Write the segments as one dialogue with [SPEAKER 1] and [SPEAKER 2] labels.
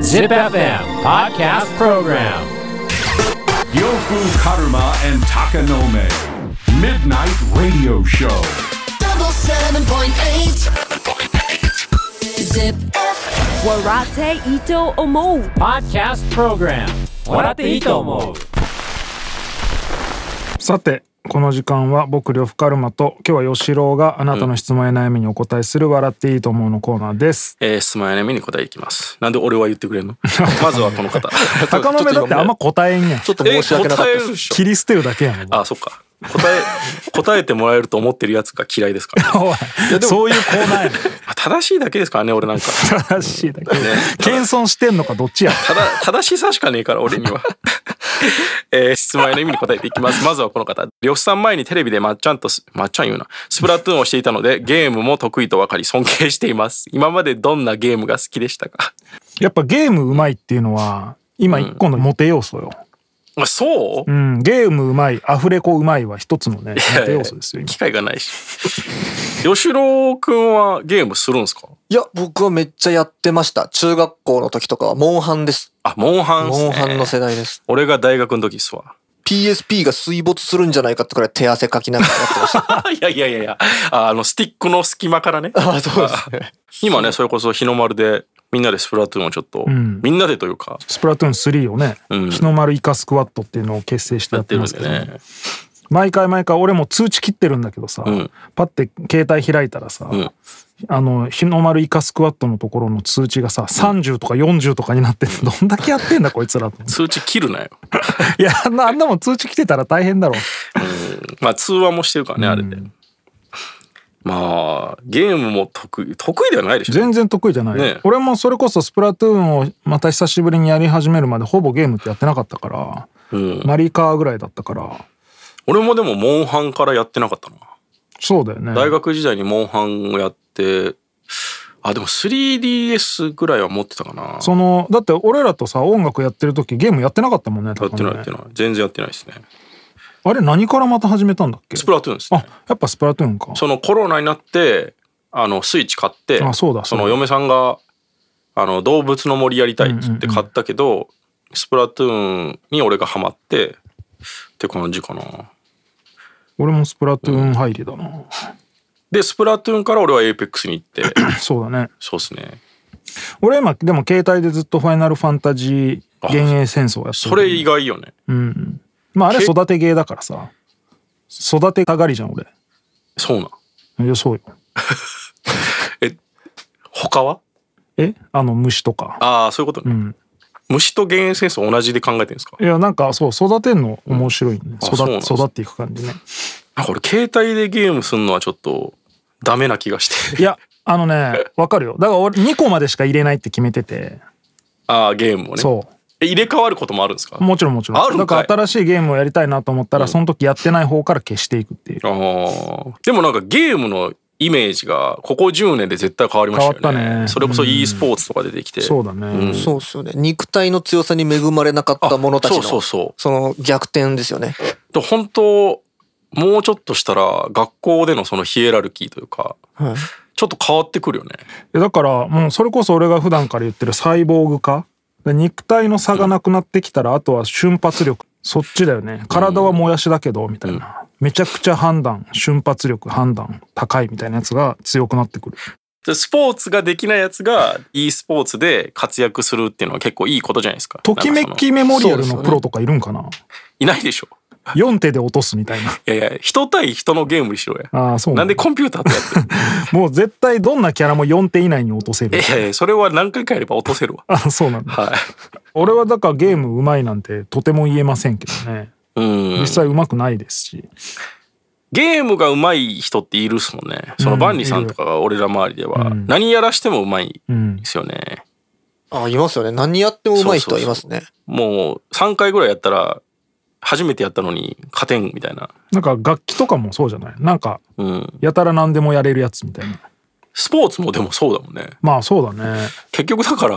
[SPEAKER 1] Zip FM Podcast Program
[SPEAKER 2] Yofu Karuma and Takanome. Midnight Radio Show.
[SPEAKER 3] double seven point eight. Zip.
[SPEAKER 4] Warate Ito Omo.
[SPEAKER 1] Podcast Program 笑っていいと思う
[SPEAKER 5] さてこの時間は僕呂布カルマと今日は吉郎があなたの質問や悩みにお答えする「笑っていいと思う」のコーナーです。
[SPEAKER 6] えー質問や悩みに答えていきます。なんで俺は言ってくれんの まずはこの方。
[SPEAKER 5] 高野目だってあんま答えんやん。
[SPEAKER 7] ちょっと申し訳なかった
[SPEAKER 6] え
[SPEAKER 7] で
[SPEAKER 6] 答える
[SPEAKER 7] す
[SPEAKER 6] で。しょ
[SPEAKER 5] 切り捨てるだけやん。
[SPEAKER 6] あ、そっか。答え、答えてもらえると思ってるやつが嫌いですか ら、ね。
[SPEAKER 5] おいそういうコーナーやん。
[SPEAKER 6] あ正しいだけですからね、俺なんか。
[SPEAKER 5] 正しいだけ。謙遜してんのかどっちや。
[SPEAKER 6] ただ、正しさしかねえから、俺には。 えー質問や悩みに答えていきます。まずはこの方。呂布さん前にテレビでまっちゃんとす、まっちゃん言うな。スプラトゥーンをしていたので、ゲームも得意と分かり尊敬しています。今までどんなゲームが好きでしたか
[SPEAKER 5] やっぱゲームうまいっていうのは今一個のモテ要素よ。
[SPEAKER 6] あそう
[SPEAKER 5] う、ん、ゲームうまい、アフレコうまいは一つのねモテ要素ですよ。今
[SPEAKER 6] 機会がないし。 吉郎くんはゲームするんですか
[SPEAKER 7] いや、僕はめっちゃやってました。中学校の時とかは、モンハンです。
[SPEAKER 6] あ、モンハンっすね
[SPEAKER 7] モンハンの世代です。
[SPEAKER 6] 俺が大学の時っすわ。
[SPEAKER 7] PSP が水没するんじゃないかってくらい手汗かきながらやってました。
[SPEAKER 6] いやいやいやいや、ああの、スティックの隙間からね。
[SPEAKER 7] ああ、そうですね。
[SPEAKER 6] 今ね、それこそ日の丸で、みんなでスプラトゥーンをちょっと、
[SPEAKER 5] ん
[SPEAKER 6] みんなでというか、
[SPEAKER 5] スプラトゥーン3をね、
[SPEAKER 6] うん
[SPEAKER 5] 日の丸イカスクワットっていうのを結成して
[SPEAKER 6] や
[SPEAKER 5] やっ
[SPEAKER 6] って
[SPEAKER 5] て
[SPEAKER 6] るん
[SPEAKER 5] ま
[SPEAKER 6] です
[SPEAKER 5] け
[SPEAKER 6] よ
[SPEAKER 5] ど、
[SPEAKER 6] ね。
[SPEAKER 5] 毎回毎回俺も通知切ってるんだけどさ、
[SPEAKER 6] うん
[SPEAKER 5] パッて携帯開いたらさ、
[SPEAKER 6] ん
[SPEAKER 5] あの日の丸イカスクワットのところの通知がさ30とか40とかになってて、どんだけやってんだこいつ らと思って
[SPEAKER 6] 通知切るなよ。
[SPEAKER 5] いやあんなあんなもん通知来てたら大変だろ
[SPEAKER 6] まあ、通話もしてるからね、あれで。まあ、ゲームも得意、得意ではないでしょ。
[SPEAKER 5] 全然得意じゃない、
[SPEAKER 6] ねえ
[SPEAKER 5] 俺もそれこそスプラトゥーンをまた久しぶりにやり始めるまでほぼゲームってやってなかったから、
[SPEAKER 6] うん
[SPEAKER 5] マリカーぐらいだったから
[SPEAKER 6] 俺もでも、モンハンからやってなかったな。
[SPEAKER 5] そうだよね
[SPEAKER 6] 大学時代にモンハンをやって、あ、でも 3DS ぐらいは持ってたかな。
[SPEAKER 5] そのだって俺らとさ音楽やってる時ゲームやってなかったもんね
[SPEAKER 6] やってない
[SPEAKER 5] 高野
[SPEAKER 6] やっ
[SPEAKER 5] ね
[SPEAKER 6] てない。全然やってないですね。
[SPEAKER 5] あれ何からまた始めたんだっけ
[SPEAKER 6] スプラトゥーンですね。
[SPEAKER 5] あやっぱスプラトゥーンか
[SPEAKER 6] そのコロナになってあのスイッチ買って
[SPEAKER 5] あそうだそうだ
[SPEAKER 6] の嫁さんがあの動物の森やりたいっつって買ったけど、スプラトゥーンに俺がハマってって感じかな
[SPEAKER 5] 俺もスプラトゥーン入りだな、
[SPEAKER 6] でスプラトゥーンから俺はエイペックスに行って
[SPEAKER 5] そうだね
[SPEAKER 6] そうっすね
[SPEAKER 5] 俺今でも携帯でずっと「ファイナルファンタジー幻影戦争」やってる
[SPEAKER 6] それ以外よね、
[SPEAKER 5] まああれ育てゲーだからさ育てたがりじゃん俺
[SPEAKER 6] そうなん
[SPEAKER 5] いやそうよ
[SPEAKER 6] 他は
[SPEAKER 5] えあの虫とか
[SPEAKER 6] ああそういうことね、虫と減塩戦争同じで考えてるんですか
[SPEAKER 5] いやなんかそう育てんの面白いね、
[SPEAKER 6] あ
[SPEAKER 5] 育
[SPEAKER 6] そうなんです
[SPEAKER 5] 育っていく感じね
[SPEAKER 6] なんか俺携帯でゲームするのはちょっとダメな気がして
[SPEAKER 5] いやあのねわかるよだから俺2個までしか入れないって決めてて
[SPEAKER 6] ああゲームをね
[SPEAKER 5] そ
[SPEAKER 6] え入れ替わることもあるんですか
[SPEAKER 5] うもちろんもちろん
[SPEAKER 6] あるんか
[SPEAKER 5] だ
[SPEAKER 6] い
[SPEAKER 5] から新しいゲームをやりたいなと思ったら、その時やってない方から消していくっていう
[SPEAKER 6] あーでもなんかゲームのイメージがここ10年で絶対変わりましたよね
[SPEAKER 5] 変わったね
[SPEAKER 6] それこそ e スポーツとか出てきて、
[SPEAKER 5] そうだね、
[SPEAKER 7] そうっすよね。肉体の強さに恵まれなかった者たちの、
[SPEAKER 6] あそうそうそう
[SPEAKER 7] その逆転ですよね。
[SPEAKER 6] で本当もうちょっとしたら学校でのそのヒエラルキーというか、
[SPEAKER 7] はい
[SPEAKER 6] ちょっと変わってくるよね
[SPEAKER 5] いやだからもうそれこそ俺が普段から言ってるサイボーグ化で肉体の差がなくなってきたらあとは瞬発力そっちだよね体はもやしだけどみたいな、めちゃくちゃ判断瞬発力判断高いみたいなやつが強くなってくる
[SPEAKER 6] でスポーツができないやつが e スポーツで活躍するっていうのは結構いいことじゃないですか
[SPEAKER 5] ときめ
[SPEAKER 6] なんかその
[SPEAKER 5] きメモリアルのプロとかいるんかな、
[SPEAKER 6] いないでしょ
[SPEAKER 5] 4手で落とすみたいな
[SPEAKER 6] いやいや人対人のゲームにしろや
[SPEAKER 5] ああそう
[SPEAKER 6] な
[SPEAKER 5] なんん
[SPEAKER 6] で
[SPEAKER 5] だ
[SPEAKER 6] コンピューターとやってる
[SPEAKER 5] もう絶対どんなキャラも4手以内に落とせる
[SPEAKER 6] いやいやそれは何回かやれば落と せるわ
[SPEAKER 5] あそうなんだ
[SPEAKER 6] はい
[SPEAKER 5] 俺はだからゲームうまいなんてとても言えませんけどね
[SPEAKER 6] うん
[SPEAKER 5] 実際うまくないですし、
[SPEAKER 6] ゲームが上手い人っているっすもんね。そのバンリさんとかが俺ら周りでは、何やらしても上手いんですよね。
[SPEAKER 7] あ、いますよね。何やっても上手い人はいますね。
[SPEAKER 6] もう3回ぐらいやったら、初めてやったのに勝てんみたいな。
[SPEAKER 5] なんか楽器とかもそうじゃないなんか
[SPEAKER 6] うん。
[SPEAKER 5] やたら何でもやれるやつみたいな
[SPEAKER 6] スポーツもでもそうだもんね。
[SPEAKER 5] まあそうだね
[SPEAKER 6] 結局だから、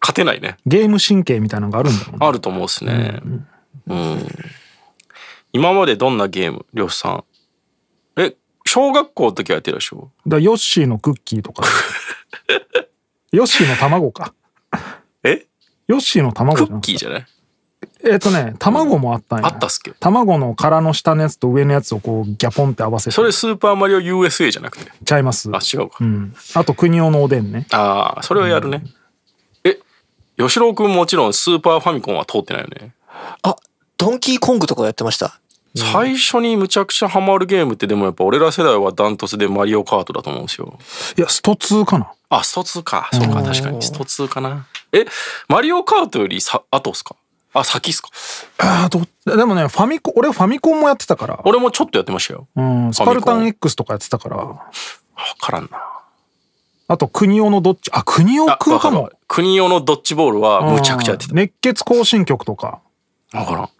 [SPEAKER 6] 勝てないね。
[SPEAKER 5] ゲーム神経みたいなのがあるんだろうね
[SPEAKER 6] あると思うっすね。うん。今までどんなゲームりょうさん。え、小学校の時はやってるでしょ
[SPEAKER 5] だからヨッシーのクッキーとかヨッシーの卵か。
[SPEAKER 6] え
[SPEAKER 5] ヨッシーの卵じ
[SPEAKER 6] ク
[SPEAKER 5] ゃな
[SPEAKER 6] ッ
[SPEAKER 5] くて
[SPEAKER 6] キーじゃない
[SPEAKER 5] えっとね、卵もあったんや。
[SPEAKER 6] あったっすっけ
[SPEAKER 5] 卵の殻の下のやつと上のやつをこうギャポンって合わせて
[SPEAKER 6] それスーパーマリオ USA じゃなくて。
[SPEAKER 5] ちゃいます。
[SPEAKER 6] あ、違うか。
[SPEAKER 5] うん。あと、国オのおでんね。
[SPEAKER 6] ああ、それはやるね。え、吉郎くんもちろんスーパーファミコンは通ってないよね。
[SPEAKER 7] あ、ドンキーコングとかやってました。
[SPEAKER 6] 最初にむちゃくちゃハマるゲームってでもやっぱ俺ら世代はダントツでマリオカートだと思うんですよ。
[SPEAKER 5] いや、スト2かな。
[SPEAKER 6] あ、スト2か。そうか、確かに。スト2かな。え、マリオカートよりさ、後っすかあ、先っすか
[SPEAKER 5] あーどでもね、ファミコン、俺はファミコンもやってたから。
[SPEAKER 6] 俺もちょっとやってましたよ。
[SPEAKER 5] うん、スパルタ
[SPEAKER 6] ファ
[SPEAKER 5] ン
[SPEAKER 6] ミ
[SPEAKER 5] X とかやってたから。
[SPEAKER 6] わからんな。
[SPEAKER 5] あと、国オのどっち、あ、国オ
[SPEAKER 6] あ、
[SPEAKER 5] くんか
[SPEAKER 6] わ
[SPEAKER 5] も
[SPEAKER 6] る。国用のドッジボールはむちゃくちゃやって
[SPEAKER 5] うん熱血行進曲とか。
[SPEAKER 6] た。わからん。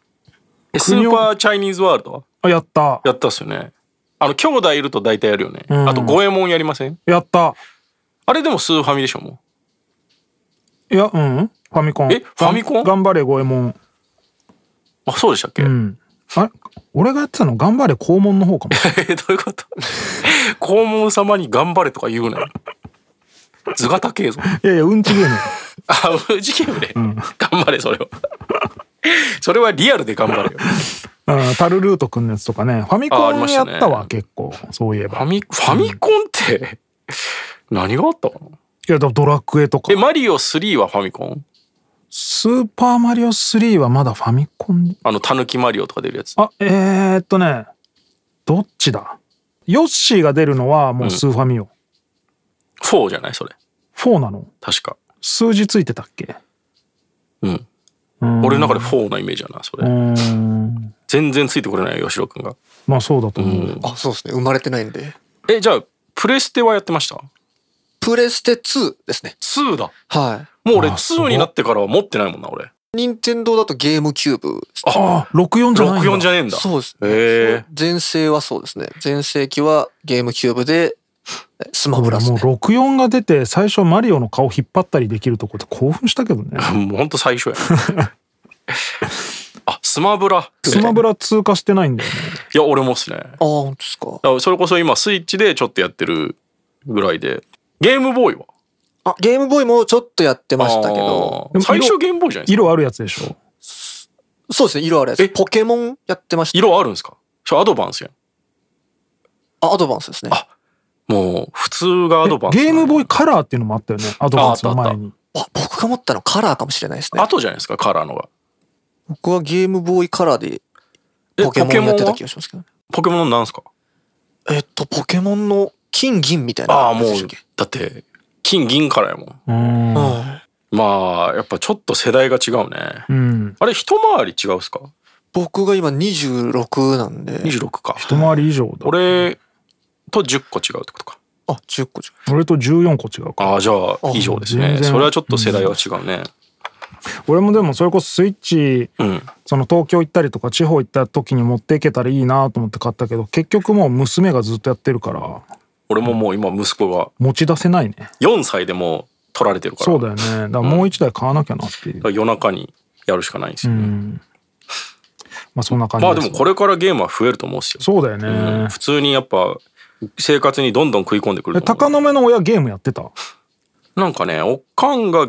[SPEAKER 6] え、スーパーチャイニーズワールドは
[SPEAKER 5] あ、やった。
[SPEAKER 6] やったっすよね。あの、兄弟いると大体やるよね。
[SPEAKER 5] ん
[SPEAKER 6] あと、五右衛門やりません
[SPEAKER 5] やった。
[SPEAKER 6] あれでもスーファミでしょ、も
[SPEAKER 5] いや、うん。ファミコン。
[SPEAKER 6] えファミコン
[SPEAKER 5] 頑張れ、ゴエモン。
[SPEAKER 6] う。あ、そうでしたっけ、
[SPEAKER 5] うん。あれ俺がやってたの、頑張れ、肛門の方かも。
[SPEAKER 6] え、 どういうこと黄門様に頑張れとか言うなよ。図形系ぞ。
[SPEAKER 5] いやいや、うんちゲーム。
[SPEAKER 6] あ、無事ゲームで。頑張れ、それは。それはリアルで頑張れよ。
[SPEAKER 5] うん、タルルートくんのやつとかね。ファミ
[SPEAKER 6] あ
[SPEAKER 5] コ
[SPEAKER 6] ありま
[SPEAKER 5] ン
[SPEAKER 6] した
[SPEAKER 5] やっ
[SPEAKER 6] ね
[SPEAKER 5] たわ、結構。そういえ
[SPEAKER 6] ファ
[SPEAKER 5] ば。
[SPEAKER 6] ミ、ファミコンって、何があったかない
[SPEAKER 5] や、だからドラクエとか
[SPEAKER 6] え、。マリオ3はファミコン
[SPEAKER 5] スーパーマリオ3はまだファミコン。
[SPEAKER 6] あの、たぬきマリオとか出るやつ。
[SPEAKER 5] あ、えー、っとね。どっちだヨッシーが出るのはもうスーファミよ。
[SPEAKER 6] 4じゃないそれ。
[SPEAKER 5] 4なの
[SPEAKER 6] 確か。
[SPEAKER 5] 数字ついてたっけ
[SPEAKER 6] うん。俺の中で4なイメージやな、そうれ。
[SPEAKER 5] ーん。
[SPEAKER 6] 全然ついてこれないよ、吉郎くんが。
[SPEAKER 5] まあそうだと思う。
[SPEAKER 7] あ、そうですね。生まれてないんで。
[SPEAKER 6] え、じゃあ、プレステはやってました
[SPEAKER 7] プレステ2ですね。
[SPEAKER 6] ?2 だ。
[SPEAKER 7] は
[SPEAKER 6] もう俺
[SPEAKER 5] あすご
[SPEAKER 6] 2
[SPEAKER 5] い
[SPEAKER 6] になってからは持ってないもんな、俺。
[SPEAKER 7] い。任天堂だとゲームキューブ。
[SPEAKER 5] ああ、64じゃないんだ。
[SPEAKER 6] 64じゃねえんだ。
[SPEAKER 7] そうですね。
[SPEAKER 6] へえ。
[SPEAKER 7] 前世はそうですね。前世紀はゲームキューブで、えスマブラです
[SPEAKER 5] もう
[SPEAKER 7] ね。
[SPEAKER 5] 64が出て最初マリオの顔引っ張ったりできるとこって興奮したけどね
[SPEAKER 6] もう ほんと最 初や。あ、スマブラ。
[SPEAKER 5] スマブラ通過してないんだよね
[SPEAKER 6] いや、俺もっすね。だか
[SPEAKER 7] ああ、本当ですか。
[SPEAKER 6] らそれこそ今、スイッチでちょっとやってるぐらいで。ゲームボーイは
[SPEAKER 7] あ、ゲームボーイもちょっとやってましたけど、
[SPEAKER 6] あー
[SPEAKER 5] でも
[SPEAKER 6] 最
[SPEAKER 5] 色
[SPEAKER 6] 初ゲームボーイじゃないですか。
[SPEAKER 5] 色あるやつでしょ
[SPEAKER 7] そうですね。色あるや
[SPEAKER 6] え
[SPEAKER 7] つ。ポケモンやってました。
[SPEAKER 6] 色あるんですかそれアドバンスやん。
[SPEAKER 7] あ、アドバンスですね。
[SPEAKER 6] あもう、普通がアドバンスなん
[SPEAKER 5] ゲ
[SPEAKER 6] だ。
[SPEAKER 5] ームボーイカラーっていうのもあったよねアドバンスの前に
[SPEAKER 7] あ僕が持ったのカラーかもしれないですね。
[SPEAKER 6] 後じゃないですか、カラーのが。
[SPEAKER 7] 僕はゲームボーイカラーで
[SPEAKER 6] え
[SPEAKER 7] ポケモンやってた気
[SPEAKER 6] ポケモンは
[SPEAKER 7] がしますけど。
[SPEAKER 6] ポケモンなんすか
[SPEAKER 7] えっと、ポケモンの金銀みたいな
[SPEAKER 6] ああ、
[SPEAKER 7] やつ
[SPEAKER 6] もう
[SPEAKER 7] でしたっけ。、
[SPEAKER 6] だって、金銀からやもん。
[SPEAKER 5] うーん
[SPEAKER 7] はい
[SPEAKER 6] まあ、やっぱちょっと世代が違うね。
[SPEAKER 5] うん
[SPEAKER 6] あれ、一回り違うっすか
[SPEAKER 7] 僕が今26なんで。
[SPEAKER 6] ?26 か。
[SPEAKER 5] 一回り以上だ
[SPEAKER 6] 俺と10個違うってことか。
[SPEAKER 7] あ、10個じゃん。
[SPEAKER 5] 俺と14個違うか
[SPEAKER 6] ああ、じゃあ、以上ですね
[SPEAKER 5] 全。然
[SPEAKER 6] それはちょっと世代は違うね。
[SPEAKER 5] 俺もでもそれこそスイッチ
[SPEAKER 6] うん。
[SPEAKER 5] その東京行ったりとか地方行った時に持っていけたらいいなと思って買ったけど結局もう娘がずっとやってるから
[SPEAKER 6] 俺ももう今、息子が
[SPEAKER 5] 持ち出せないね
[SPEAKER 6] 4歳でもう取られてるから。
[SPEAKER 5] そうだよねだからもう一台買わなきゃなっていう
[SPEAKER 6] だから夜中にやるしかないんですよね。
[SPEAKER 5] まあそんな感じ
[SPEAKER 6] まあ
[SPEAKER 5] す
[SPEAKER 6] でもこれからゲームは増えると思うっすよ。
[SPEAKER 5] そうだよね、
[SPEAKER 6] うん普通にやっぱ生活にどんどん食い込んでく
[SPEAKER 5] え
[SPEAKER 6] ると
[SPEAKER 5] 鷹
[SPEAKER 6] 思
[SPEAKER 5] の目の親ゲームやってた あ
[SPEAKER 6] うなんかねおかんが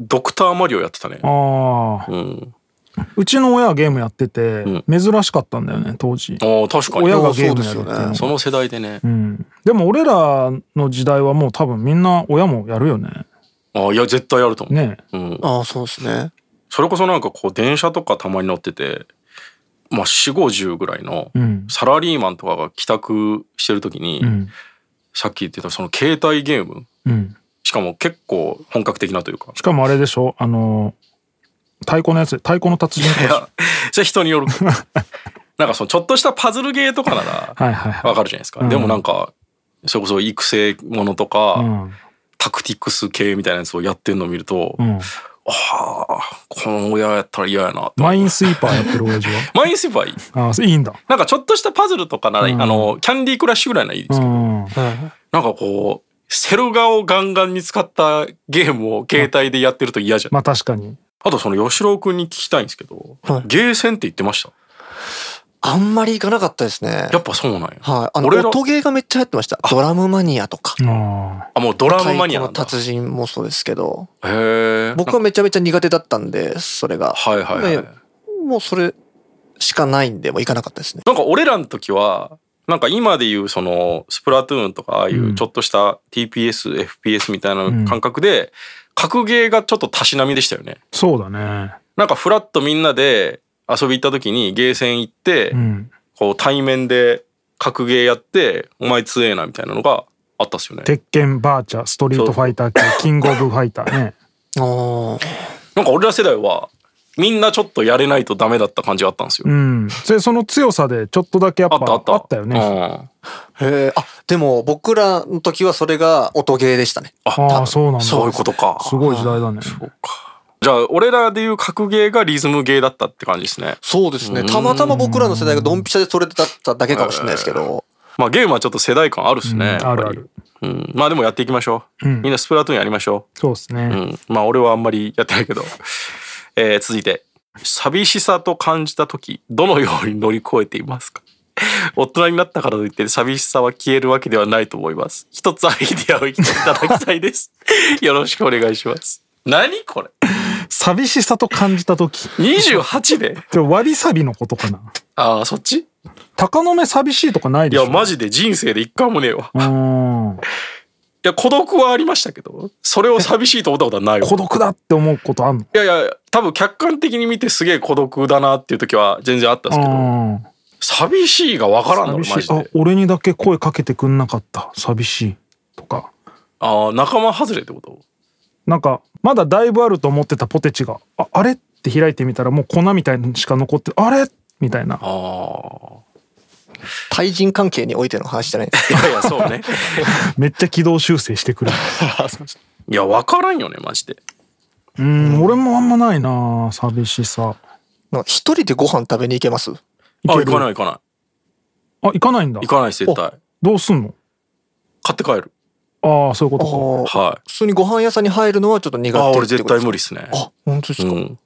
[SPEAKER 6] ドクターマリオやってたね
[SPEAKER 5] あ
[SPEAKER 6] うん
[SPEAKER 5] うちの親はゲームやってて
[SPEAKER 6] ん
[SPEAKER 5] 珍しかったんだよね当時
[SPEAKER 6] あー確かに
[SPEAKER 5] 親がゲームやるっていう
[SPEAKER 7] そう
[SPEAKER 5] の
[SPEAKER 7] で
[SPEAKER 6] その世代でね、
[SPEAKER 5] うんでも俺らの時代はもう多分みんな親もやるよね
[SPEAKER 6] ああいや絶対やると思う、
[SPEAKER 5] ね
[SPEAKER 6] うん、
[SPEAKER 7] ああ、そうですね。
[SPEAKER 6] それこそなんかこう電車とかたまに乗っててまあ4 5 0ぐらいの
[SPEAKER 5] うん
[SPEAKER 6] サラリーマンとかが帰宅してる時に、
[SPEAKER 5] うん
[SPEAKER 6] さっき言ってたその携帯ゲーム
[SPEAKER 5] うん
[SPEAKER 6] しかも結構本格的なというか
[SPEAKER 5] しかもあれでしょあの太鼓のやつ太鼓の達人
[SPEAKER 6] い
[SPEAKER 5] とか
[SPEAKER 6] やそれ人による なんかそのちょっとしたパズルゲーとかなら
[SPEAKER 5] はいはいは
[SPEAKER 6] わかるじゃないですか、
[SPEAKER 5] うん
[SPEAKER 6] でもなんかそれこそ育成ものとか、
[SPEAKER 5] いうん
[SPEAKER 6] タクティクス系みたいなやつをやってんのを見ると、
[SPEAKER 5] うん
[SPEAKER 6] はあこの親やったら嫌やなって
[SPEAKER 5] マインスイーパーやってる親父 は
[SPEAKER 6] マインスーパーいい
[SPEAKER 5] ああいいんだ
[SPEAKER 6] なんかちょっとしたパズルとかなら、
[SPEAKER 5] うん
[SPEAKER 6] あのキャンディークラッシュぐらいならいいで
[SPEAKER 5] う
[SPEAKER 6] すけど、
[SPEAKER 5] ん
[SPEAKER 6] なんかこうセルガをガンガンに使ったゲームを携帯でやってると嫌じゃん、
[SPEAKER 5] まあ確かに
[SPEAKER 6] あとその吉郎くんに聞きたいんですけど、
[SPEAKER 7] はい
[SPEAKER 6] ゲーセンって言ってました
[SPEAKER 7] あんまり行かなかったですね
[SPEAKER 6] や。っぱそうなんや。
[SPEAKER 7] はい。あの、
[SPEAKER 6] 俺ら
[SPEAKER 7] 音ゲーがめっちゃ流行ってました。ドラムマニアとか。
[SPEAKER 5] あ
[SPEAKER 6] あ、もうドラムマニアなん
[SPEAKER 7] 太鼓の
[SPEAKER 6] だ。
[SPEAKER 7] 達人もそうですけど、
[SPEAKER 6] へえ。
[SPEAKER 7] 僕はめちゃめちゃ苦手だったんで、それが。
[SPEAKER 6] はいはいはい。
[SPEAKER 7] ねもうそれしかないんで、もう行かなかったですね。
[SPEAKER 6] なんか俺らの時は、なんか今でいうそのスプラトゥーンとかああいうちょっとした TPS、FPS みたいな感覚で、格ゲーがちょっとたしなみでしたよね。
[SPEAKER 5] ーそうだね。
[SPEAKER 6] なんかフラッとみんなで遊び行った時にゲーセン行って、
[SPEAKER 5] うん。
[SPEAKER 6] こう対面で格ゲーやって、お前強えなみたいなのがあったっすよね。
[SPEAKER 5] 鉄拳、バーチャ、ストリートファイター級、キングオブファイターね。
[SPEAKER 7] あー
[SPEAKER 6] なんか俺ら世代は、みんなちょっとやれないとダメだった感じがあったんですよ。
[SPEAKER 5] うん。で、その強さでちょっとだけやっ
[SPEAKER 6] あ
[SPEAKER 5] ぱ
[SPEAKER 6] ったあった。
[SPEAKER 5] あったよね。
[SPEAKER 6] うん
[SPEAKER 7] へえ。あ、でも僕らの時はそれが音ゲーでしたね。
[SPEAKER 5] ああ、そうなんだ。
[SPEAKER 6] そういうことか。
[SPEAKER 5] すごい時代だね。
[SPEAKER 6] じゃあ、俺らでいう格ゲーがリズムゲーだったって感じですね。
[SPEAKER 7] そうですね。たまたま僕らの世代がドンピシャでそれだっただけかもしれないですけど。
[SPEAKER 6] まあ、ゲームはちょっと世代感あるっすね。やっぱ
[SPEAKER 5] あ
[SPEAKER 6] り
[SPEAKER 5] るある。
[SPEAKER 6] うん。まあ、でもやっていきましょう。みんなスプラトゥーンやりましょ
[SPEAKER 5] そうです
[SPEAKER 6] う。う
[SPEAKER 5] ね。
[SPEAKER 6] ん。まあ、俺はあんまりやってないけど。 えー続いて。寂しさと感じた時、どのように乗り越えていますか 大人になったからといって寂しさは消えるわけではないと思います。一つアイディアをいただきたい です。よろしくお願いします。何これ
[SPEAKER 5] 寂しさと感じた時。
[SPEAKER 6] ?28 で
[SPEAKER 5] でも割りサビのことかな。
[SPEAKER 6] ああ、そっち
[SPEAKER 5] 鷹の目寂しいとかない
[SPEAKER 6] い
[SPEAKER 5] でしょ
[SPEAKER 6] や、マジで人生で一回もねえわ。
[SPEAKER 5] うん。
[SPEAKER 6] いや、孤独はありましたけど、それを寂しいと思ったことはないわ。
[SPEAKER 5] 孤独だって思うことあんの
[SPEAKER 6] いやいや、多分客観的に見てすげえ孤独だなっていう時は全然あったんですけど、
[SPEAKER 5] うん
[SPEAKER 6] 寂しいがわからんの、マ
[SPEAKER 5] 寂しい
[SPEAKER 6] ジ
[SPEAKER 5] あ
[SPEAKER 6] で。
[SPEAKER 5] 俺にだけ声かけてくんなかった寂しいとか
[SPEAKER 6] ああ、仲間外れってこと
[SPEAKER 5] なんかまだだいぶあると思ってたポテチがああれって開いてみたらもう粉みたいにしか残ってあれみたいな
[SPEAKER 6] あ
[SPEAKER 7] 対人関係においての話じゃないです。
[SPEAKER 6] あ。いやいや、そうね。
[SPEAKER 5] めっちゃ軌道修正してくる
[SPEAKER 6] いや、わからんよね、マジで。
[SPEAKER 5] うん俺もあんまないな寂しさ
[SPEAKER 7] なんか一人でご飯食べに行けます
[SPEAKER 6] あ、
[SPEAKER 5] け
[SPEAKER 6] 行
[SPEAKER 5] る
[SPEAKER 6] かない行かな
[SPEAKER 5] あ行かないんだ
[SPEAKER 6] い。行かないです、絶対。
[SPEAKER 5] どうすんの
[SPEAKER 6] 買って帰る。
[SPEAKER 5] ああそういう
[SPEAKER 7] あ
[SPEAKER 5] こ
[SPEAKER 7] ー
[SPEAKER 6] は
[SPEAKER 7] 普通にご飯屋さんに入るのはちょっと苦手
[SPEAKER 6] い。ああ、俺
[SPEAKER 7] って
[SPEAKER 6] 絶
[SPEAKER 7] こと
[SPEAKER 6] 対
[SPEAKER 7] です
[SPEAKER 6] 無理っすね。
[SPEAKER 7] あ、本当です
[SPEAKER 6] う
[SPEAKER 7] か、
[SPEAKER 6] ん。
[SPEAKER 5] とか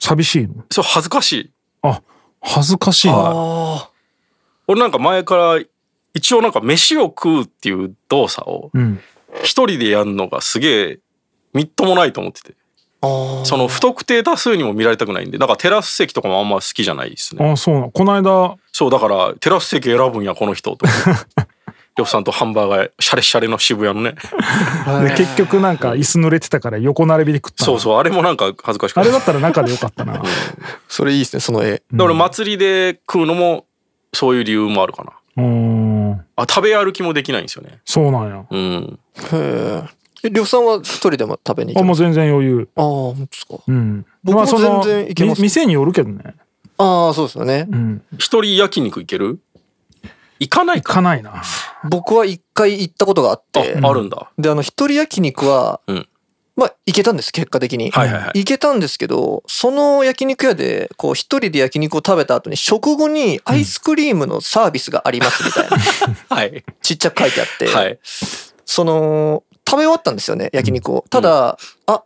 [SPEAKER 5] 寂しいの
[SPEAKER 6] そう、恥ずかしい。
[SPEAKER 5] あ恥ずかしいな
[SPEAKER 7] あ
[SPEAKER 6] 俺なんか前から、一応なんか飯を食うっていう動作を、
[SPEAKER 5] うん
[SPEAKER 6] 一人でやるのがすげえみっともないと思ってて
[SPEAKER 7] あ。ああ。
[SPEAKER 6] その不特定多数にも見られたくないんでだからテラス席とかもあんま好きじゃないですね
[SPEAKER 5] あそうなのこの間
[SPEAKER 6] そうだからテラス席選ぶんやこの人と思って呂布さんとハンバーガーシャレシャレの渋谷のね
[SPEAKER 5] で結局なんか椅子濡れてたから横並びで食ったの
[SPEAKER 6] そうそうあれもなんか恥ずかしく
[SPEAKER 5] あ
[SPEAKER 6] て
[SPEAKER 5] れだったら中でよかった な
[SPEAKER 7] それいいですね、その絵。
[SPEAKER 6] だから祭りで食うのもそういう理由もあるかな
[SPEAKER 5] うん
[SPEAKER 6] あ食べ歩きもできないんですよね
[SPEAKER 5] そうなんや
[SPEAKER 6] うん
[SPEAKER 7] へえ。りょうさんは一人でも食べに行
[SPEAKER 5] あ
[SPEAKER 7] け
[SPEAKER 5] も
[SPEAKER 7] ま
[SPEAKER 5] う
[SPEAKER 7] す
[SPEAKER 5] 全然余裕
[SPEAKER 7] ああ、本当ですか
[SPEAKER 5] うん
[SPEAKER 7] 僕も
[SPEAKER 5] まあその
[SPEAKER 7] 全然いけます
[SPEAKER 5] み店によるけどね
[SPEAKER 7] ああ、そうですよね
[SPEAKER 5] う。ん
[SPEAKER 6] 一人焼肉行ける行かない
[SPEAKER 5] 行
[SPEAKER 6] か
[SPEAKER 5] かないな
[SPEAKER 7] 僕は一回行ったことがあっ
[SPEAKER 6] あ
[SPEAKER 7] て、
[SPEAKER 6] あるんだ
[SPEAKER 7] で、あの、一人焼肉は、
[SPEAKER 6] うん
[SPEAKER 7] まあ、行けたんです、結果的に。
[SPEAKER 6] はいはいはい
[SPEAKER 7] 行けたんですけど、その焼肉屋で、こう、一人で焼肉を食べた後に、食後にアイスクリームのサービスがありますみたいな、
[SPEAKER 6] はい
[SPEAKER 7] ちっちゃく書いてあって、
[SPEAKER 6] はい
[SPEAKER 7] その、食べ終わったんですよね、焼肉を。ただ、あ、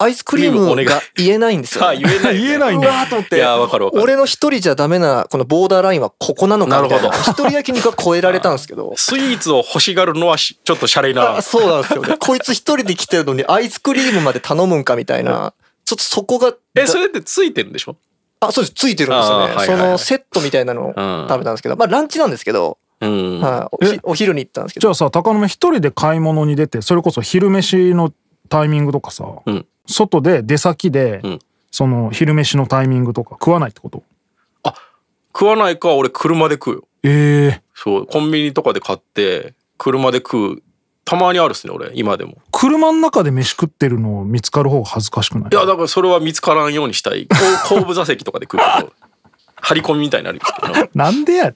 [SPEAKER 7] アイスクリー
[SPEAKER 6] クリームお願
[SPEAKER 7] ム
[SPEAKER 6] い
[SPEAKER 7] が言えないんです
[SPEAKER 6] さ
[SPEAKER 7] よ、
[SPEAKER 6] あ
[SPEAKER 7] ね。
[SPEAKER 6] 言えない言えない
[SPEAKER 7] わーと思っ
[SPEAKER 6] い
[SPEAKER 7] て。
[SPEAKER 6] やわかるわかる
[SPEAKER 7] 俺の一人じゃダメな、このボーダーラインはここなのかみたい
[SPEAKER 6] な
[SPEAKER 7] な。
[SPEAKER 6] るほ。
[SPEAKER 7] 一人焼肉は超えられたんですけど
[SPEAKER 6] スイーツを欲しがるのはしちょっとシャレな
[SPEAKER 7] あ。そうなんですよ ね。こいつ一人で来てるのにアイスクリームまで頼むんかみたいな。ちょっとそこが。
[SPEAKER 6] え、それってついてるんでしょ
[SPEAKER 7] あ、そうです。ついてるんですよね。
[SPEAKER 6] あーはいはいはい
[SPEAKER 7] そのセットみたいなのを食
[SPEAKER 6] ん
[SPEAKER 7] べたんですけど。まあランチなんですけど、
[SPEAKER 6] うん。
[SPEAKER 7] はいおひお昼に行ったんですけ
[SPEAKER 5] じゃ
[SPEAKER 7] ど。
[SPEAKER 5] あさ高野目一人で買い物に出てそれこそ昼飯のタイミングとかさ
[SPEAKER 6] うん
[SPEAKER 5] 外で出先で
[SPEAKER 6] うん
[SPEAKER 5] その昼飯のタイミングとか食わないってこと
[SPEAKER 6] 食わないか、俺車で食うよ。
[SPEAKER 5] ええ
[SPEAKER 6] そう、コンビニとかで買って、車で食う。たまにあるっすね、俺、今でも。
[SPEAKER 5] 車の中で飯食ってるの見つかる方が恥ずかしくない
[SPEAKER 6] いや、だからそれは見つからんようにしたい。こ う後部座席とかで食うけど、張り込みみたいになるんですけどね。
[SPEAKER 5] なんでや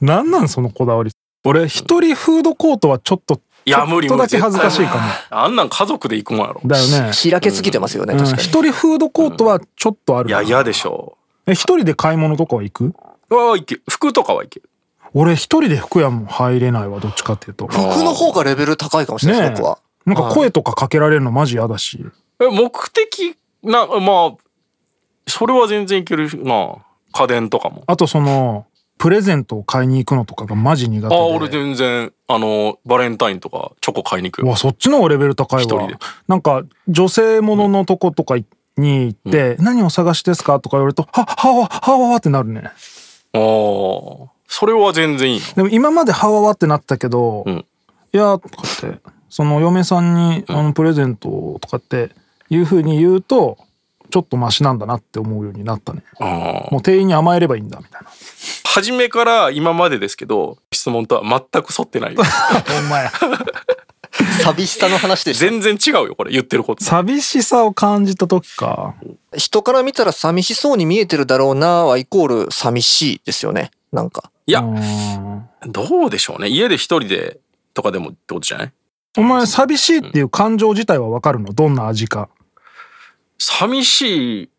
[SPEAKER 5] なんなんそのこだわり。俺、一人フードコートはちょっと、
[SPEAKER 6] いや、無理
[SPEAKER 5] ちょっとだ
[SPEAKER 6] 無理。
[SPEAKER 5] け恥ずかしい
[SPEAKER 6] 絶
[SPEAKER 5] かも。
[SPEAKER 6] 対 あんなん家族で行くもんやろ。
[SPEAKER 5] だよね。
[SPEAKER 7] 開けすぎてますよね、
[SPEAKER 5] うん
[SPEAKER 7] 確かに。
[SPEAKER 5] 一人フードコートはちょっとある
[SPEAKER 6] い
[SPEAKER 5] な。
[SPEAKER 6] や、嫌でしょ
[SPEAKER 5] え一人で買い物とかは行く
[SPEAKER 6] う。わあ、いける服とかはいける。
[SPEAKER 5] 俺一人で服屋も入れないわ、どっちかっていうと。
[SPEAKER 7] 僕の方がレベル高いかもしれないです、
[SPEAKER 5] ねえ
[SPEAKER 7] 僕は。
[SPEAKER 5] なんか声とかかけられるのマジ嫌だし。
[SPEAKER 6] え、目的な、まあ、それは全然いけるな。家電とかも。
[SPEAKER 5] あとその、プレゼントを買いに行くのとかがマジ苦手で
[SPEAKER 6] ああ、俺全然、あの、バレンタインとかチョコ買いに行く
[SPEAKER 5] う
[SPEAKER 6] よ
[SPEAKER 5] わ。そっちの方がレベル高い
[SPEAKER 6] 一
[SPEAKER 5] わ
[SPEAKER 6] 人で
[SPEAKER 5] なんか女性もののとことかに行って「何を探しですか?」とか言われると「ははわはわわ」ってなるね
[SPEAKER 6] ああ、それは全然いいな。
[SPEAKER 5] でも今まではわわってなったけど「
[SPEAKER 6] ん
[SPEAKER 5] いや」とかってその嫁さんに「あのプレゼントを」とかっていうふうに言うとちょっとマシなんだなって思うようになったね
[SPEAKER 6] ああ
[SPEAKER 5] もう店員に甘えればいいんだみ たいな
[SPEAKER 6] 初めから今までですけど、質問とは全く沿っ てないよ。
[SPEAKER 5] お前
[SPEAKER 7] 寂しさの話でした
[SPEAKER 6] 全然違うよ、これ、言ってること。
[SPEAKER 5] 寂しさを感じた時か
[SPEAKER 7] 人から見たら寂しそうに見えてるだろうなはイコール寂しいですよねなんか
[SPEAKER 6] いや
[SPEAKER 5] う、ん
[SPEAKER 6] どうでしょうね。家で一人でとかでもってことじゃない
[SPEAKER 5] お前寂しいっていう感情自体は分かるのどんな味か
[SPEAKER 6] 寂しい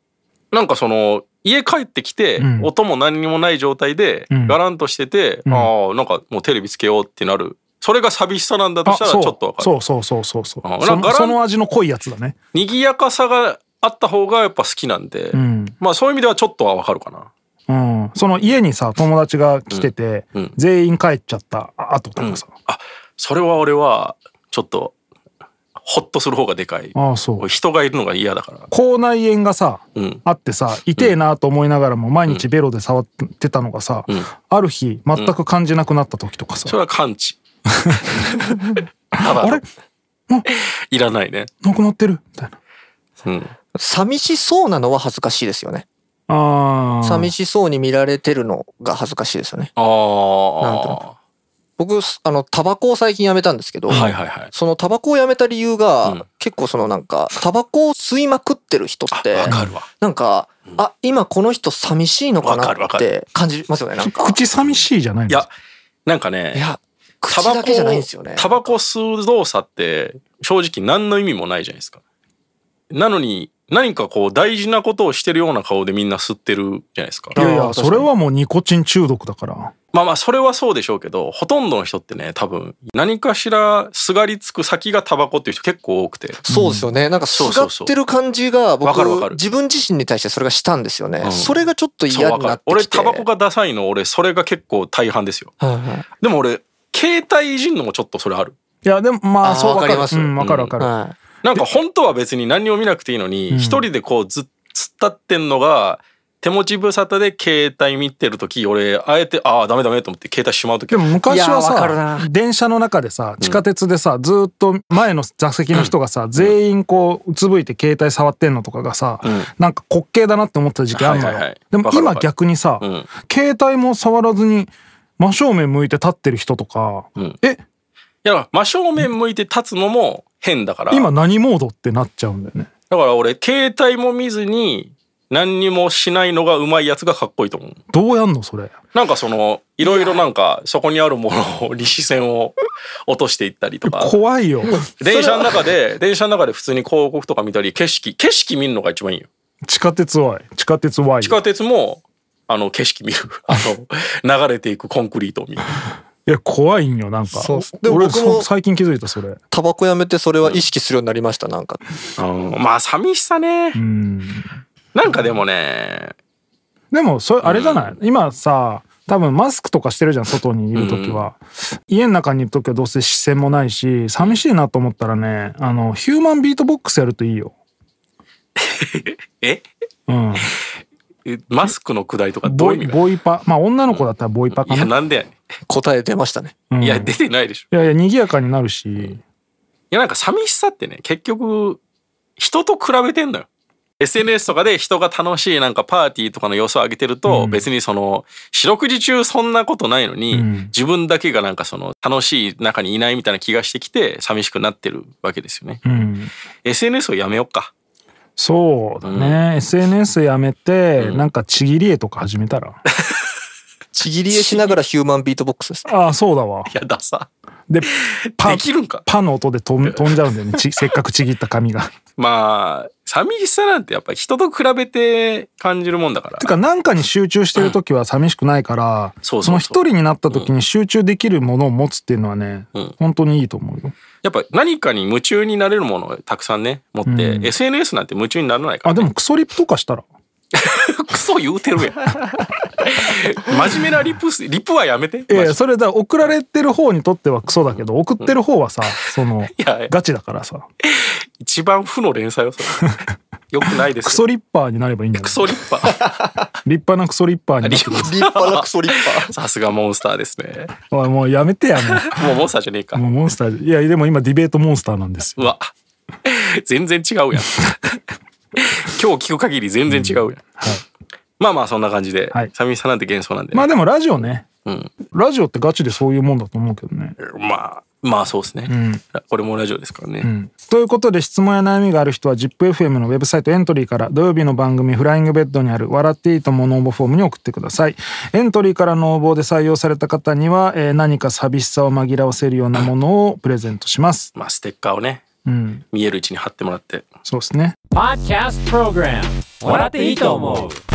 [SPEAKER 6] なんかその家帰ってきて、
[SPEAKER 5] ん
[SPEAKER 6] 音も何にもない状態で、
[SPEAKER 5] うん
[SPEAKER 6] ガランとしてて、
[SPEAKER 5] ん
[SPEAKER 6] ああなんかもうテレビつけようってなるそれが寂しさなんだとしたらち
[SPEAKER 5] そう
[SPEAKER 6] ょっとわか
[SPEAKER 5] そ
[SPEAKER 6] る
[SPEAKER 5] うそうそうそうそう
[SPEAKER 6] あ
[SPEAKER 5] そ
[SPEAKER 6] なんか
[SPEAKER 5] の
[SPEAKER 6] ガラン
[SPEAKER 5] その味の濃いやつだね
[SPEAKER 6] 賑やかさがあった方がやっぱ好きなんで、
[SPEAKER 5] うん、
[SPEAKER 6] まあそういう意味ではちょっとはわかるかな
[SPEAKER 5] うん、その家にさ友達が来てて、
[SPEAKER 6] うんうん
[SPEAKER 5] 全員帰っちゃったあととかさ、
[SPEAKER 6] あそれは俺はちょっとホッとする方がでかい
[SPEAKER 5] ああそう
[SPEAKER 6] 人がいるのが嫌だから
[SPEAKER 5] 口内炎がさ、
[SPEAKER 6] うん
[SPEAKER 5] あってさ痛えなと思いながらも毎日ベロで触ってたのがさ、
[SPEAKER 6] ん
[SPEAKER 5] ある日全く感じなくなった時とかさ、
[SPEAKER 6] それは感 知ただ
[SPEAKER 5] あれ
[SPEAKER 6] いらないね
[SPEAKER 5] なくなってるみたいな
[SPEAKER 6] うん
[SPEAKER 7] 寂しそうなのは恥ずかしいですよね
[SPEAKER 5] あー
[SPEAKER 7] 寂しそうに見られてるのが恥ずかしいですよね
[SPEAKER 6] あ
[SPEAKER 7] なんと
[SPEAKER 6] あ
[SPEAKER 7] 僕あのタバコを最近やめたんですけど、
[SPEAKER 6] はいはいはい
[SPEAKER 7] そのタバコをやめた理由が、
[SPEAKER 6] うん
[SPEAKER 7] 結構そのなんかタバコを吸いまくってる人って
[SPEAKER 6] わかるわ
[SPEAKER 7] なんか、あ今この人寂しいのか
[SPEAKER 6] わ
[SPEAKER 7] な
[SPEAKER 6] かるわか
[SPEAKER 7] っ
[SPEAKER 6] る
[SPEAKER 7] て感じますよねなんか
[SPEAKER 5] 口寂しいじゃないの
[SPEAKER 6] いや、なんか
[SPEAKER 7] い
[SPEAKER 6] ね、
[SPEAKER 7] や口だけじゃないんですよね
[SPEAKER 6] タバコを吸う動作って、正直何の意味もないじゃないですか。なのに、何かこう大事なことをしてるような顔でみんな吸ってるじゃないですか。
[SPEAKER 5] いやい
[SPEAKER 7] あー
[SPEAKER 5] や
[SPEAKER 7] 確か
[SPEAKER 5] そ
[SPEAKER 7] に
[SPEAKER 5] れはもうニコチン中毒だから
[SPEAKER 6] まあまあ、それはそうでしょうけど、ほとんどの人ってね、多分、何かしらすがりつく先がタバコっていう人結構多くて。
[SPEAKER 7] そうですよね。なんか、す
[SPEAKER 6] そう
[SPEAKER 7] が
[SPEAKER 6] そう
[SPEAKER 7] っ
[SPEAKER 6] そう
[SPEAKER 7] てる感じが、僕
[SPEAKER 6] わかるわかる
[SPEAKER 7] 自分自身に対してそれがしたんですよね。
[SPEAKER 6] うん
[SPEAKER 7] それがちょっと
[SPEAKER 6] そう
[SPEAKER 7] 嫌
[SPEAKER 6] わ
[SPEAKER 7] に
[SPEAKER 6] か
[SPEAKER 7] なっ
[SPEAKER 6] る
[SPEAKER 7] てきて。
[SPEAKER 6] 俺、タバコがダサいの、俺、それが結構大半ですよ。
[SPEAKER 7] はいはい。
[SPEAKER 6] でも俺、携帯いじんのもちょっとそれある。
[SPEAKER 5] いやでもま
[SPEAKER 7] あー
[SPEAKER 5] あそうわか
[SPEAKER 7] わかり
[SPEAKER 5] り
[SPEAKER 7] ま
[SPEAKER 5] ますすうんわかるわかる、
[SPEAKER 7] は
[SPEAKER 6] なんか本当は別に何を見なくていいのに、
[SPEAKER 5] うん
[SPEAKER 6] 一人でこうずっ突っ立ってんのが、手持ち無沙汰で携帯見てるとき、俺、あえて、ああ、ダメダメと思って携帯しまうとき
[SPEAKER 5] で、も昔はい
[SPEAKER 7] やーわかるな
[SPEAKER 5] さ電車の中でさ地下鉄でさずーっと前の座席の人がさ、全員こううつぶいて携帯触ってんのとかがさ、
[SPEAKER 6] ん
[SPEAKER 5] なんか滑稽だなって思った時期あんのよ、
[SPEAKER 6] はいはいはい
[SPEAKER 5] でも
[SPEAKER 6] わかるわ
[SPEAKER 5] 今
[SPEAKER 6] かる
[SPEAKER 5] 逆にさ、
[SPEAKER 6] うん
[SPEAKER 5] 携帯も触らずに真正面向いて立ってる人とか、
[SPEAKER 6] ん
[SPEAKER 5] え
[SPEAKER 6] いや、真正面向いて立つのも変だから、
[SPEAKER 5] 今何モードってなっちゃうんだよね
[SPEAKER 6] だから俺、携帯も見ずに、何にもしないのがうまいやつがかっこいいと思う。
[SPEAKER 5] どうやんのそれ
[SPEAKER 6] なんかその、いろいろなんか、そこにあるものを、利子線を 落としていったりとか。
[SPEAKER 5] 怖いよ
[SPEAKER 6] 電車の中で、電車の中で普通に広告とか見たり、景色、景色見るのが一番いいよ。
[SPEAKER 5] 地下鉄ワイ地下鉄ワイ
[SPEAKER 6] 地下鉄もあの景色見る あの流れていくコンクリートを見る
[SPEAKER 5] いや怖いんよなんか
[SPEAKER 7] そうでも
[SPEAKER 5] 俺
[SPEAKER 7] 僕も
[SPEAKER 5] そ最近気づいたそれ
[SPEAKER 7] い。タバコやめてそれは意識するようになりました、なんか。
[SPEAKER 6] まあ寂しさね
[SPEAKER 5] うん
[SPEAKER 6] なんかでもね
[SPEAKER 5] でもそれあれじゃない、今さ多分マスクとかしてるじゃん外にいる時は、家の中にいる時はどうせ視線もないし寂しいなと思ったらねあのヒューマンビートボックスやるといいよ、
[SPEAKER 6] え
[SPEAKER 5] うん、
[SPEAKER 6] えマスクのくだりとかど
[SPEAKER 5] ボ
[SPEAKER 6] ういう
[SPEAKER 5] イ
[SPEAKER 6] 意味が
[SPEAKER 5] ボイパまあ女の子だったらボイパか
[SPEAKER 6] いや
[SPEAKER 5] な、
[SPEAKER 6] なんでやね
[SPEAKER 7] 答え出ましたね。
[SPEAKER 5] うん
[SPEAKER 6] んいや
[SPEAKER 5] い
[SPEAKER 6] 出てないでしょ
[SPEAKER 5] やいや賑やかになるし
[SPEAKER 6] いやなんか寂しさってね結局人と比べてんのよ SNS とかで人が楽しいなんかパーティーとかの様子を上げてると、別にその四六時中そんなことないのに、
[SPEAKER 5] うん
[SPEAKER 6] 自分だけがなんかその楽しい中にいないみたいな気がしてきて寂しくなってるわけですよね。
[SPEAKER 5] うん、
[SPEAKER 6] SNS をやめよっか。
[SPEAKER 5] そうだね、SNS やめて、なんかちぎり絵とか始めたら
[SPEAKER 7] ちぎり絵しながらヒューマンビートボックス ですね。
[SPEAKER 5] ああそうだわ
[SPEAKER 6] いやださ。
[SPEAKER 5] でパ
[SPEAKER 6] できるんか
[SPEAKER 5] パの音で飛ん飛んじゃうんだよねち せっかくちぎった髪 が。
[SPEAKER 6] まあ寂しさなんてやっぱ人と比べて感じるもんだから
[SPEAKER 5] て。か何かに集中してる時は寂しくないから、
[SPEAKER 6] そうそうそう
[SPEAKER 5] の一人になった時に集中できるものを持つっていうのはね、
[SPEAKER 6] ん
[SPEAKER 5] 本当にいいと思うよ。
[SPEAKER 6] やっぱ何かに夢中になれるものをたくさんね持って、
[SPEAKER 5] うん
[SPEAKER 6] SNS なんて夢中にならないから、
[SPEAKER 5] あ
[SPEAKER 6] ね。
[SPEAKER 5] でもクソリップとかしたら
[SPEAKER 6] クソ言うてるやん。真面目なリプス、リプはやめて。
[SPEAKER 5] いやい
[SPEAKER 6] マ
[SPEAKER 5] や
[SPEAKER 6] ジ
[SPEAKER 5] それだ送られてる方にとってはクソだけど送ってる方はさそ の
[SPEAKER 6] や
[SPEAKER 5] ガチだからさ
[SPEAKER 6] 一番負の連載をそ れ。よくないですよ
[SPEAKER 5] クソリッパーになればいいんじゃない
[SPEAKER 6] クソリッパー。
[SPEAKER 5] 立派なクソリッパーになってくる
[SPEAKER 7] 立派なクソリッパー。
[SPEAKER 6] さすがモンスターですね。
[SPEAKER 5] おいもうやめてや
[SPEAKER 6] もうモンスターじゃねえか
[SPEAKER 5] もう。もうモンスターいやでも今ディベートモンスターなんです
[SPEAKER 6] う
[SPEAKER 5] よ
[SPEAKER 6] わ。全然違うやん。今日聞く限り全然違うやん。まあまあそんな感じで、
[SPEAKER 5] はい
[SPEAKER 6] サミさんなんて幻想なんで、
[SPEAKER 5] まあでもラジオね
[SPEAKER 6] うん、
[SPEAKER 5] ラジオってガチでそういうもんだと思うけどね
[SPEAKER 6] まあまあそうですね、
[SPEAKER 5] ん
[SPEAKER 6] これもラジオですからね、
[SPEAKER 5] うんということで質問や悩みがある人は ZIPFM のウェブサイトエントリーから土曜日の番組「フライングベッド」にある「笑っていいとも」の応募フォームに送ってくださいエントリーからの応募で採用された方には、えー何か寂しさを紛らわせるようなものをプレゼントします
[SPEAKER 6] まあステッカーをね
[SPEAKER 5] うん
[SPEAKER 6] 見えるうちに貼ってもらって
[SPEAKER 5] そうですね
[SPEAKER 1] Podcast Program 笑っていいと思う